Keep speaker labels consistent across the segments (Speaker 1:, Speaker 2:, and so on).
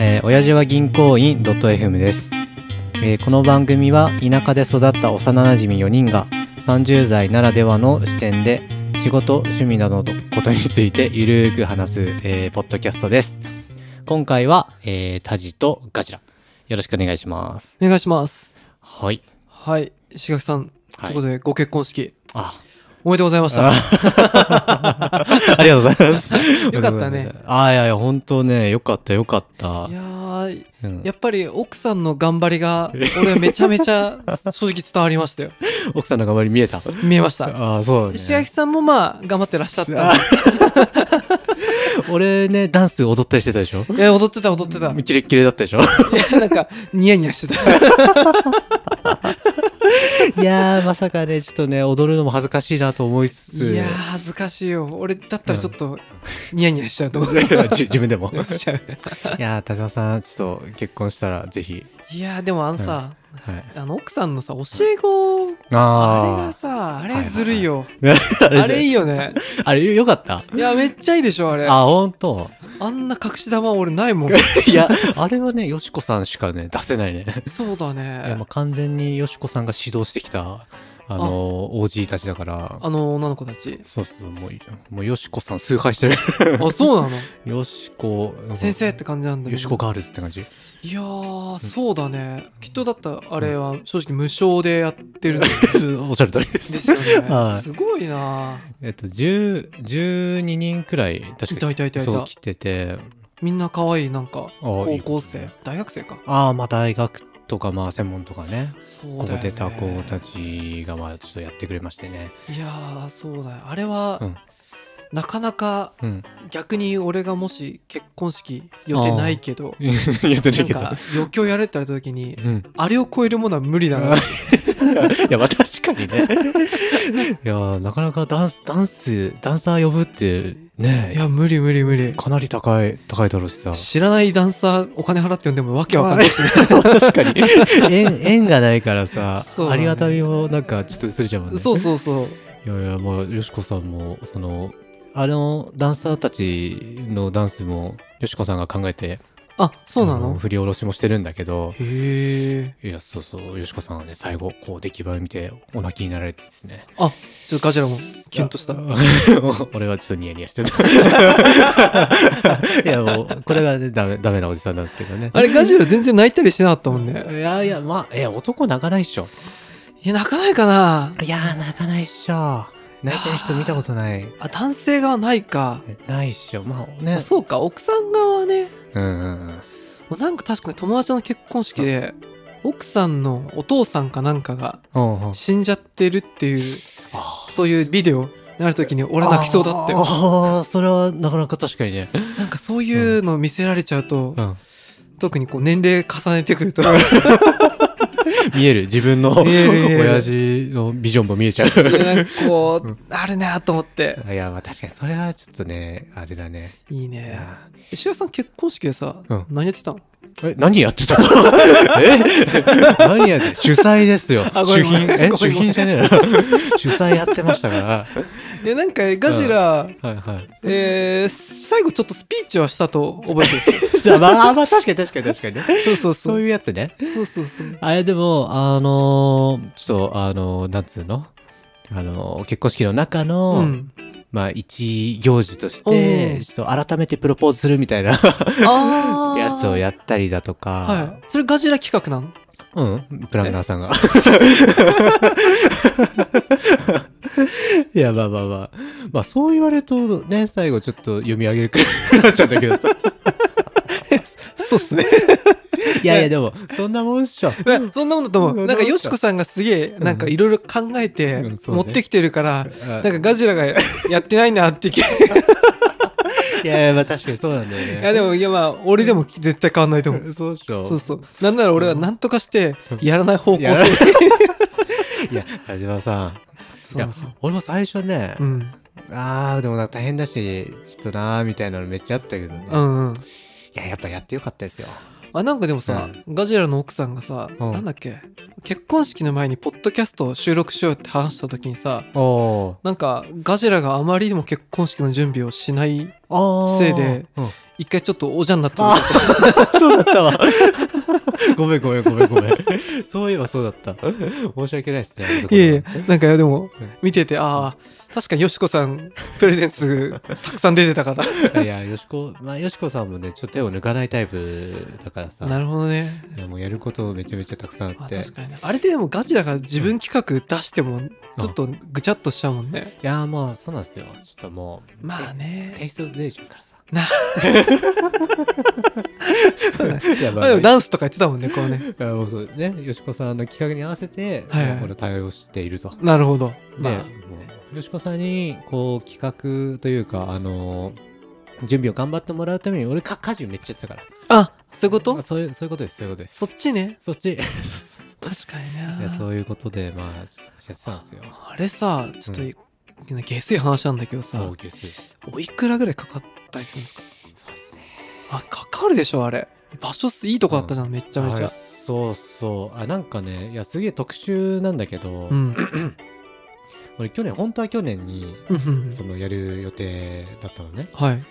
Speaker 1: えー、親父は銀行員 .fm です、えーこの番組は田舎で育った幼なじみ4人が30代ならではの視点で仕事、趣味などのことについてゆるーく話す、えーポッドキャストです。今回は、えータジとガジラ。よろしくお願いします。
Speaker 2: お願いします
Speaker 1: はい。
Speaker 2: はい志垣さん、
Speaker 1: はい
Speaker 2: ということでご結婚式
Speaker 1: あ、
Speaker 2: おめでとうございました
Speaker 1: ありがとうございます。
Speaker 2: よかったね。
Speaker 1: ああ、いやいや、本当ね、よかった、よかった
Speaker 2: い。やー
Speaker 1: うん
Speaker 2: やっぱり奥さんの頑張りが俺めちゃめちゃ 正直伝わりましたよ
Speaker 1: 奥さんの頑張り見えた。
Speaker 2: 見えました
Speaker 1: ああ、そうだね。
Speaker 2: 志垣さんもまあ頑張ってらっしゃった
Speaker 1: あ俺ね、ダンス踊ったりしてたでしょ
Speaker 2: いや踊ってた踊ってたい
Speaker 1: キレッキレだったでし ょ
Speaker 2: やなんかニヤニヤして た
Speaker 1: いやー、まさかね、ちょっとね、踊るのも恥ずかしいなと思いつつ。
Speaker 2: いやー恥ずかしいよ俺だったらちょっとニヤニヤしちゃうと思う
Speaker 1: じ自分でも。
Speaker 2: しちゃう
Speaker 1: いやー、田島さん、ちょっと結婚したら、ぜひ。
Speaker 2: いやーでもあのさ、
Speaker 1: はい。
Speaker 2: あの奥さんのさ教え子あれが
Speaker 1: あ
Speaker 2: さあれずるいよ、
Speaker 1: ー。あ
Speaker 2: あれいいよね
Speaker 1: あれよかった
Speaker 2: いやめっちゃいいでしょあれ
Speaker 1: あ、ほんと。
Speaker 2: あんな隠し玉俺ないも ん。
Speaker 1: いや、あれはね、よしこさんしかね、出せ ないね。
Speaker 2: そうだ
Speaker 1: いやも
Speaker 2: ね
Speaker 1: う。完全によしこさんが指導してきた、あの、OG たちだから。。
Speaker 2: あの女の子たち
Speaker 1: そうそう、もう、もうよしこさん崇拝してる。
Speaker 2: あ、そうな
Speaker 1: よしこ、
Speaker 2: の 先生って感じなんだ
Speaker 1: よしこガールズって感じ。
Speaker 2: いやー、そうだね。きっとだったらあれは正直無償でやってるんで
Speaker 1: おっしゃる通りです
Speaker 2: すよ
Speaker 1: は
Speaker 2: ね。
Speaker 1: い
Speaker 2: すごいな
Speaker 1: えっと、10 12人くらい、確
Speaker 2: い
Speaker 1: か
Speaker 2: たいたいたいた
Speaker 1: そう、来てて、
Speaker 2: みんな可愛い、なん
Speaker 1: あ
Speaker 2: か、
Speaker 1: い
Speaker 2: 高
Speaker 1: い
Speaker 2: 校
Speaker 1: いい
Speaker 2: 生。大学生か。
Speaker 1: ああ、まあ大学とか、まあ専門とかね、
Speaker 2: そう
Speaker 1: こ
Speaker 2: だよ
Speaker 1: こで
Speaker 2: ね。
Speaker 1: た子たちが、まあちょっとやってくれましてね。
Speaker 2: いやー、そうだよ。あれ
Speaker 1: う
Speaker 2: は
Speaker 1: ん、
Speaker 2: なかなか
Speaker 1: うん。
Speaker 2: 逆に俺がもし結婚式予定ないけど、
Speaker 1: 言って
Speaker 2: な
Speaker 1: る
Speaker 2: ん
Speaker 1: けど。
Speaker 2: か余興やれって言われた時に、
Speaker 1: うん。
Speaker 2: あれを超えるものは無理だな。
Speaker 1: いや、まあ確かにね。 いやー、なかなかダンス、ダンス、ダンサー呼ぶって、ね
Speaker 2: い、や、無理無理無理。
Speaker 1: かなり高い、高いだろうしさ。
Speaker 2: 知らないダンサーお金払って呼んでもわけわかんないしね。
Speaker 1: 確かに。 縁、縁がないからさ、
Speaker 2: そうだ
Speaker 1: あ
Speaker 2: ね
Speaker 1: りがたみもなんかちょっと薄れちゃうもんね。
Speaker 2: そうそうそう。
Speaker 1: いやいや、まあ、よしこさんも、その、あの、ダンサーたちのダンスも、よしこさんが考えて、
Speaker 2: あ、そうな
Speaker 1: あ
Speaker 2: の
Speaker 1: 振り下ろしもしてるんだけど、
Speaker 2: へえ。
Speaker 1: いや、そうそう、よしこさんはね、最後、こう、出来栄え見て、お泣きになられてですね。
Speaker 2: あ、ちょっとガジラもキュンとした。
Speaker 1: い
Speaker 2: い
Speaker 1: や。 俺はちょっとニヤニヤしてた。 いや、もう、これがね、ダメ、ダメなおじさんなんですけどね。
Speaker 2: あれガジラ全然泣いたりしてなかったもんね。
Speaker 1: いやいや、まあ、いや、男泣かないっしょ。
Speaker 2: いや、泣かないかない
Speaker 1: やー、泣かないっしょ。泣いてる人見たことない。
Speaker 2: あ、男性側ないか。
Speaker 1: ないっしょ。まあね
Speaker 2: あ。そうか、奥さん側はね。
Speaker 1: うんうんうん。
Speaker 2: なんか確かに友達の結婚式で、奥さんのお父さんかなんかが
Speaker 1: うんうん。
Speaker 2: 死んじゃってるっていう、
Speaker 1: あ
Speaker 2: そういうビデオなるときに俺泣きそうだった
Speaker 1: あ
Speaker 2: よ。
Speaker 1: ーあー、それはなかなか確かにね。
Speaker 2: なんかそういうの見せられちゃうと、
Speaker 1: うん。
Speaker 2: 特にこう年齢重ねてくる と
Speaker 1: 見える。自分の
Speaker 2: 見える見える
Speaker 1: 親父のビジョンも見え ちゃう。
Speaker 2: なんかこ
Speaker 1: う
Speaker 2: うあるなと思って
Speaker 1: いや、まあ確かにそれはちょっとね、あれだね。
Speaker 2: いい
Speaker 1: い
Speaker 2: ね
Speaker 1: や
Speaker 2: 石田さん結婚式でさ、
Speaker 1: うん
Speaker 2: 何やってたの
Speaker 1: え、何やってた え何やって主催ですよ。
Speaker 2: あごめ
Speaker 1: 主
Speaker 2: んごめん
Speaker 1: 賓。え、
Speaker 2: ご
Speaker 1: 主
Speaker 2: めんごめ
Speaker 1: 賓
Speaker 2: ん
Speaker 1: じゃねえな。 主催やってましたか
Speaker 2: えなんかガジラ、
Speaker 1: ら。はいはい。
Speaker 2: えー最後ちょっとスピーチはしたと覚え てる
Speaker 1: まあまあ確かに確かに確かにね。
Speaker 2: そうそうそ
Speaker 1: そう
Speaker 2: う
Speaker 1: いうやつね。
Speaker 2: そうそうそう
Speaker 1: あれでも、あのーちょっと、あのーなんつうのあのー結婚式の中の、
Speaker 2: うん、
Speaker 1: まあ、一行事とし
Speaker 2: う
Speaker 1: て、
Speaker 2: ん
Speaker 1: ちょっと改めてプロポーズするみたいなや
Speaker 2: ああ
Speaker 1: つを やったりだとか
Speaker 2: は、いそれガジラ企画なの
Speaker 1: うん、プランナーさんが。 いや、まあまあまあ。まあ、そう言われると、ね、最後ちょっと読み上げるくらいになっちゃうんだけどさ。
Speaker 2: そうっすね
Speaker 1: いやいや、でも、そんなもんっしょ。
Speaker 2: そんなものと思
Speaker 1: う
Speaker 2: うんなんかよしこさんがすげえなんかいろいろ考えて
Speaker 1: うんそうね
Speaker 2: 持ってきてるから、
Speaker 1: あ
Speaker 2: なんかガジラがやってないなって気
Speaker 1: いやいや、まあ確かにそうなんだよね。
Speaker 2: いやでも、いやまあ、俺でも絶対変わんないと思う。
Speaker 1: そうっしょ。
Speaker 2: そうそう。なんなら俺は何とかして、やらない方向
Speaker 1: いや
Speaker 2: 性。
Speaker 1: いや、田島さん。い
Speaker 2: そう
Speaker 1: や
Speaker 2: そう。、
Speaker 1: 俺も最初ね
Speaker 2: う、ん。
Speaker 1: あー、でもなんか大変だし、ちょっとなーみたいなのめっちゃあったけどね。
Speaker 2: う
Speaker 1: い
Speaker 2: んうん。
Speaker 1: や、やっぱやってよかったですよ。
Speaker 2: あ、なんかでもさ、ガジラの奥さんがさ、
Speaker 1: うん
Speaker 2: なんだっけ、結婚式の前にポッドキャストを収録しようって話した時にさ、
Speaker 1: おー。
Speaker 2: なんか、ガジラがあまりにも結婚式の準備をしない
Speaker 1: あー。
Speaker 2: せいで
Speaker 1: うん、
Speaker 2: 一回ちょっとおじゃんになった
Speaker 1: あそうだったわ。 ごめんごめんごめんごめん。そういえばそうだった。申し訳ないですね。
Speaker 2: いやいや、なんかでも
Speaker 1: うん、
Speaker 2: 見てて、ああ、確かによしこさん、プレゼン ツ、たくさん出てたか
Speaker 1: いや、よしこ、まあ、よしこさんもね、ちょっと手を抜かないタイプだからさ。
Speaker 2: ら。なるほどね。
Speaker 1: いやもうやることめちゃめちゃたくさんあ
Speaker 2: ま
Speaker 1: っ
Speaker 2: あ
Speaker 1: て。
Speaker 2: 確かにね。あれでもガチだから自分企画出しても、ちょっとぐちゃっとしちゃうもんね。
Speaker 1: いや、まあ、そうなんですよ。ちょっともう、
Speaker 2: まあ
Speaker 1: テ
Speaker 2: ね。
Speaker 1: イストずれちゃうからさ。
Speaker 2: な
Speaker 1: いや、ま
Speaker 2: まあ
Speaker 1: あ、ま
Speaker 2: でも
Speaker 1: あ
Speaker 2: ダンスとか言ってたもんね、こうね。
Speaker 1: いやもうそうね、よしこさんの企画に合わせて、
Speaker 2: はいはい
Speaker 1: この対応していると。
Speaker 2: なるほど。ま
Speaker 1: で、
Speaker 2: あ、
Speaker 1: もうよしこさんに、こう、企画というか、あの準備を頑張ってもらうために、俺、か家事めっちゃやってたから。
Speaker 2: あ、そういうこ
Speaker 1: まあ
Speaker 2: と
Speaker 1: そういう、そういうことです、そういうことです。
Speaker 2: そっちね。
Speaker 1: そっち。
Speaker 2: 確かに
Speaker 1: いや、
Speaker 2: ね。
Speaker 1: そういうことで、まあ、ちょっとやってたんですよ。
Speaker 2: あれさ、ちょっと、下水話なんだけどさ
Speaker 1: 高、級数。
Speaker 2: おいくらぐらいかかったりするんですか
Speaker 1: そうですね。
Speaker 2: あ、かかるでしょ、あれ。場所すいいとこだったじゃん、めっちゃめち
Speaker 1: あ
Speaker 2: ゃ
Speaker 1: れ。そうそう。あ、なんかね、いや、すげえ特殊なんだけど、
Speaker 2: うん。
Speaker 1: 俺、去年、本当は去年に、
Speaker 2: うんうんうん
Speaker 1: その、やる予定だったのね。
Speaker 2: はい。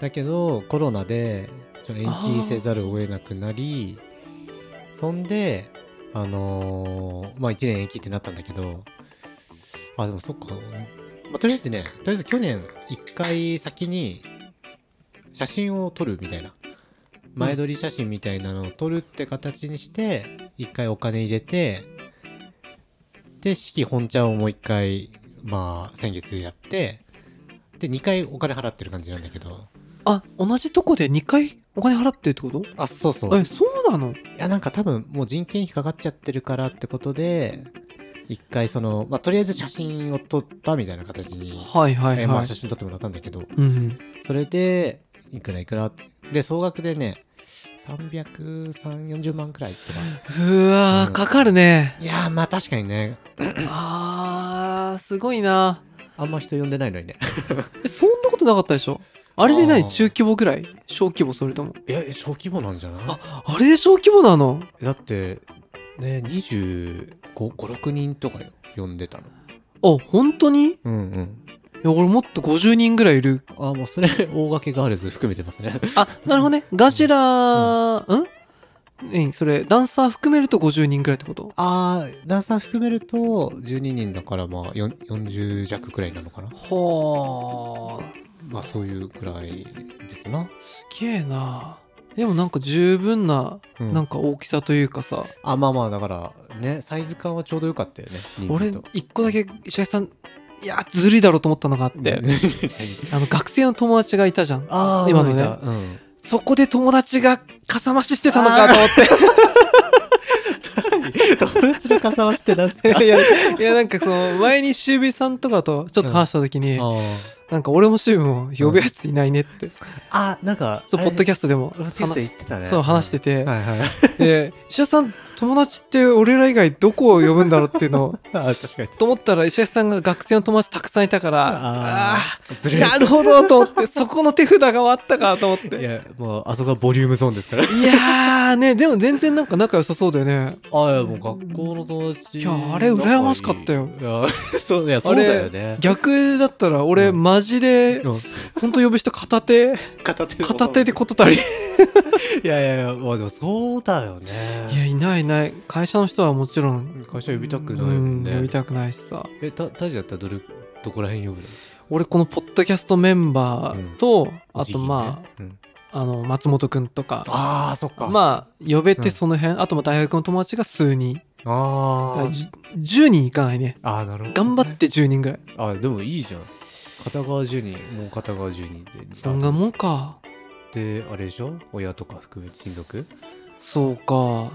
Speaker 1: だけど、コロナで、ちょ延期せざるを得なくなり、そんで、あのーまあ、1年延期ってなったんだけど、あ、でもそっか、まあ、とりあえずね、とりあえず去年、1回先に、写真を撮るみたいな。前撮り写真みたいなのを撮るって形にして、1回お金入れて、で、式本ちゃんをもう1回、まあ、先月やって、で、2回お金払ってる感じなんだけど、
Speaker 2: あ、同じとこで2回お金払ってるってこと
Speaker 1: あ、そうそう。
Speaker 2: え、そうなの
Speaker 1: いや、なんか多分もう人件費かかっちゃってるからってことで、一回その、まあ、とりあえず写真を撮ったみたいな形に、
Speaker 2: はいはい
Speaker 1: えま
Speaker 2: は
Speaker 1: あ、
Speaker 2: い
Speaker 1: 写。真撮ってもらったんだけど、
Speaker 2: うんうん。
Speaker 1: それで、いくらいくらってで、総額でね、300、340万くらいとか。
Speaker 2: うわ
Speaker 1: う
Speaker 2: ー、
Speaker 1: ん
Speaker 2: かかるね。
Speaker 1: いやー、まあ確かにね、
Speaker 2: あー、すごいな。
Speaker 1: あんま人呼んでないのにね。
Speaker 2: え、そんなことなかったでしょあれで
Speaker 1: あー
Speaker 2: 何中規模ぐらい小規模それとも。
Speaker 1: え、小規模なんじゃない
Speaker 2: あ、あれで小規模なの
Speaker 1: だって、ね、25、6人とかよ呼んでたの。
Speaker 2: あ、本当にい
Speaker 1: うんうん。
Speaker 2: や、俺もっと50人ぐらいいる。
Speaker 1: あ、もうそれ、大掛けガールズ含めてますね。
Speaker 2: あ、なるほどね。ガジラー、んえ、それ、ダンサー含めると50人ぐらいってこと
Speaker 1: あー、ダンサー含めると12人だからまあよん40弱くらいなのかな。
Speaker 2: はあ。
Speaker 1: まあそういうくらいですな。
Speaker 2: すげえなでもなんか十分な、
Speaker 1: うん
Speaker 2: なんか大きさというかさ、
Speaker 1: あ、まあまあだからね、サイズ感はちょうどよかったよね。人
Speaker 2: 俺
Speaker 1: 数と。
Speaker 2: 一個だけ石橋さんいやずるいだろうと思ったのがあって、
Speaker 1: ね
Speaker 2: あの学生の友達がいたじゃん
Speaker 1: あー
Speaker 2: 今の
Speaker 1: 驚い
Speaker 2: ね
Speaker 1: た うん。
Speaker 2: そこで友達がかさ増ししてたのかと思っ
Speaker 1: 友達のかさはしてなんす か
Speaker 2: ていやいやなんかその前にシュウビさんとかとちょっと話した時に、なんか俺もシュウビも呼ぶやついないねって、
Speaker 1: あ、なんか、
Speaker 2: そうポッドキ
Speaker 1: ャ
Speaker 2: ャストでも
Speaker 1: ポッドキャスト言ってたね。
Speaker 2: そう話して
Speaker 1: て。
Speaker 2: て、
Speaker 1: はいはい。
Speaker 2: で石橋さん友達って俺ら以外どこを呼ぶんだろうっていうのを
Speaker 1: あ、確かに。
Speaker 2: と思ったら石橋さんが学生の友達たくさんいたからあ
Speaker 1: あー、ず
Speaker 2: ー
Speaker 1: るい。
Speaker 2: なるほどと思ってそこの手札があったかと思ってい
Speaker 1: い
Speaker 2: や
Speaker 1: や、もうあそこはボリュームゾーンですから。
Speaker 2: ーねでも全然なんか仲良さそうだよね
Speaker 1: あいやもう学校の友達
Speaker 2: いやあれ羨ましかったよ
Speaker 1: いやそういやそうだよね
Speaker 2: 逆だったら俺
Speaker 1: うん
Speaker 2: マジでほんと呼ぶ人片手
Speaker 1: 片手
Speaker 2: 片手
Speaker 1: で
Speaker 2: でこと足り
Speaker 1: いやいやいやまあでもそうだよ
Speaker 2: いや
Speaker 1: ね
Speaker 2: いないいない会社の人はもちろん
Speaker 1: 会社呼びたくないもんね
Speaker 2: う呼びたくないしさ
Speaker 1: えたタジだったらどれどこら辺呼ぶの
Speaker 2: 俺このポッドキャストメンバーと、あとま
Speaker 1: あ、うん
Speaker 2: ああの松本くんとか
Speaker 1: あーそっかあ
Speaker 2: まあ呼べ
Speaker 1: うん
Speaker 2: てその辺、あとまあ大学の友達が数人
Speaker 1: あー
Speaker 2: じゅ10人いかないね
Speaker 1: あーなるほど
Speaker 2: 頑張って10人ぐらい
Speaker 1: あでもいいじゃん片側10人もう片側10人で
Speaker 2: そんなもんか
Speaker 1: であれでしょ親とか含めて親族
Speaker 2: そうか
Speaker 1: ま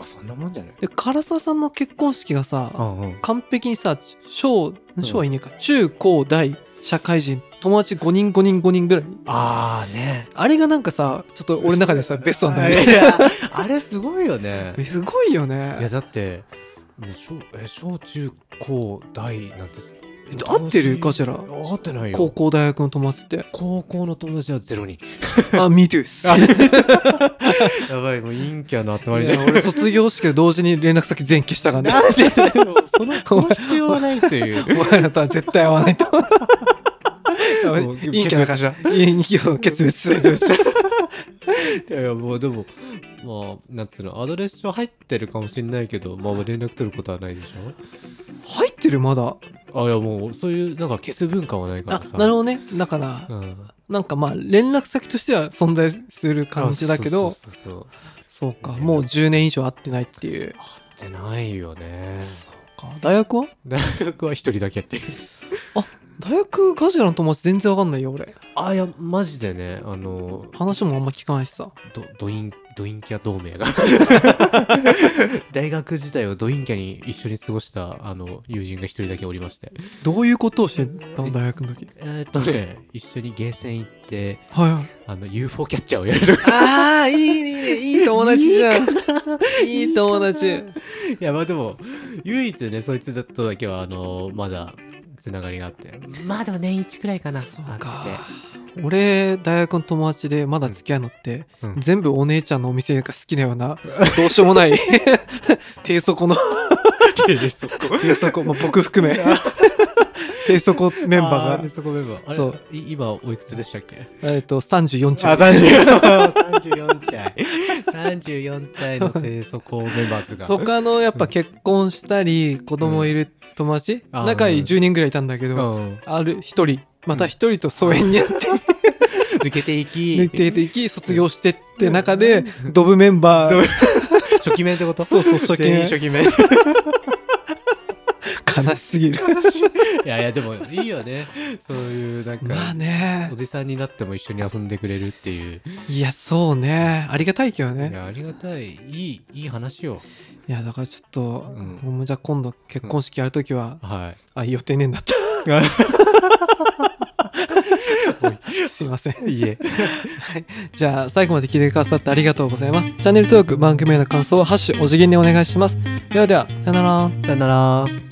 Speaker 1: あそんなもんじゃない
Speaker 2: で唐沢さんの結婚式がさ、
Speaker 1: うんうん
Speaker 2: 完璧にさ小小はいねえか、中高大社会人友達5人5人5人ぐらい
Speaker 1: ああね
Speaker 2: あれがなんかさちょっと俺の中 でさベストなんだよ
Speaker 1: い
Speaker 2: ね
Speaker 1: やあれすごいよね
Speaker 2: すごいよ
Speaker 1: いや
Speaker 2: ね
Speaker 1: だってもう小え小中高大なんて
Speaker 2: え合ってるかしら
Speaker 1: 合ってないよ
Speaker 2: 高校大学の友達 って
Speaker 1: 高校の友達はゼロ 人
Speaker 2: あミートゥース
Speaker 1: あやばいもう陰キャの集まり
Speaker 2: い
Speaker 1: じゃ
Speaker 2: や
Speaker 1: ん
Speaker 2: 俺卒業式で同時に連絡先全消したから ね
Speaker 1: なんで そのその必要はないという
Speaker 2: お前らとは絶対会わないといいいいキャラ
Speaker 1: かしら。
Speaker 2: いい企業の決別
Speaker 1: 全然知らんいやいや、もうでも、まあ、なんつうの、アドレス帳入ってるかもしれないけど、まあ、連絡取ることはないでし
Speaker 2: 入ってるまだ
Speaker 1: ょあ、いや、もう、そういう、なんか消す文化はないから
Speaker 2: あ
Speaker 1: さ。
Speaker 2: なるほどねだから
Speaker 1: ど。うん。
Speaker 2: なんかまあ連絡先としては存在する感じだけど
Speaker 1: そうそうそうそう
Speaker 2: そうかもう10年以上会ってないっていう
Speaker 1: 会ってないよね。
Speaker 2: か大学は
Speaker 1: 大学は一人だけやってる。
Speaker 2: 大学ガジラの友達全然わかんないよ俺
Speaker 1: あ、いや、マジでね、あの、
Speaker 2: 話もあんま聞かないしさ
Speaker 1: どドインドインキャ同 盟が大学時代をドインキャに一緒に過ごしたあの友人が一人だけおりまして
Speaker 2: どういうことをしてたの大学の時
Speaker 1: えーっとね一緒にゲーセン行って
Speaker 2: はいはい
Speaker 1: あの UFO キャッチャーをやるとか
Speaker 2: ああいいいいねいい友達じゃんいい友達
Speaker 1: いやまあでも唯一ねそいつとだけはあのまだつながりがあってまあでも年一くらいかな
Speaker 2: そうか
Speaker 1: あ
Speaker 2: 俺大学の友達でまだ付き合うのって、
Speaker 1: うん
Speaker 2: 全部お姉ちゃんのお店が好きなよ うなどうしようもない 低底の
Speaker 1: って でそこ
Speaker 2: 低底、まあ、僕含め 低底メンバ
Speaker 1: あ
Speaker 2: ーが
Speaker 1: でそこメンバーあれ
Speaker 2: そ
Speaker 1: そうう今おいくつでしたっけ
Speaker 2: えっと34ちゃん
Speaker 1: 34歳34歳の低速メンバーズが
Speaker 2: 他のやっぱ結婚したり子供いる友達、
Speaker 1: あー
Speaker 2: 仲いい10人ぐらいいたんだけど、
Speaker 1: うん
Speaker 2: ある一人また一人と疎遠になって
Speaker 1: 抜けていき
Speaker 2: 抜いていき卒業してって中でドブメンバ
Speaker 1: ドブ
Speaker 2: ー
Speaker 1: 初期面ってこと
Speaker 2: そうそう初期面
Speaker 1: 全員初期面い
Speaker 2: 悲しすぎる
Speaker 1: やいやでもいいよねそういうなんか、
Speaker 2: まあね
Speaker 1: おじさんになっても一緒に遊んでくれるっていう
Speaker 2: いやそうねありがたいけど
Speaker 1: い
Speaker 2: ね
Speaker 1: やありがたいいいいい話よ
Speaker 2: いやだからちょっと、
Speaker 1: ん
Speaker 2: もうじゃあ今度結婚式やるときは、
Speaker 1: はい
Speaker 2: あ予定ねえんだった すいません
Speaker 1: いえ
Speaker 2: はいじゃあ最後まで聞いてくださってありがとうございますチャンネル登録番組への感想は「ハッシュお辞儀」でお願いしますではではさよなら
Speaker 3: さよなら。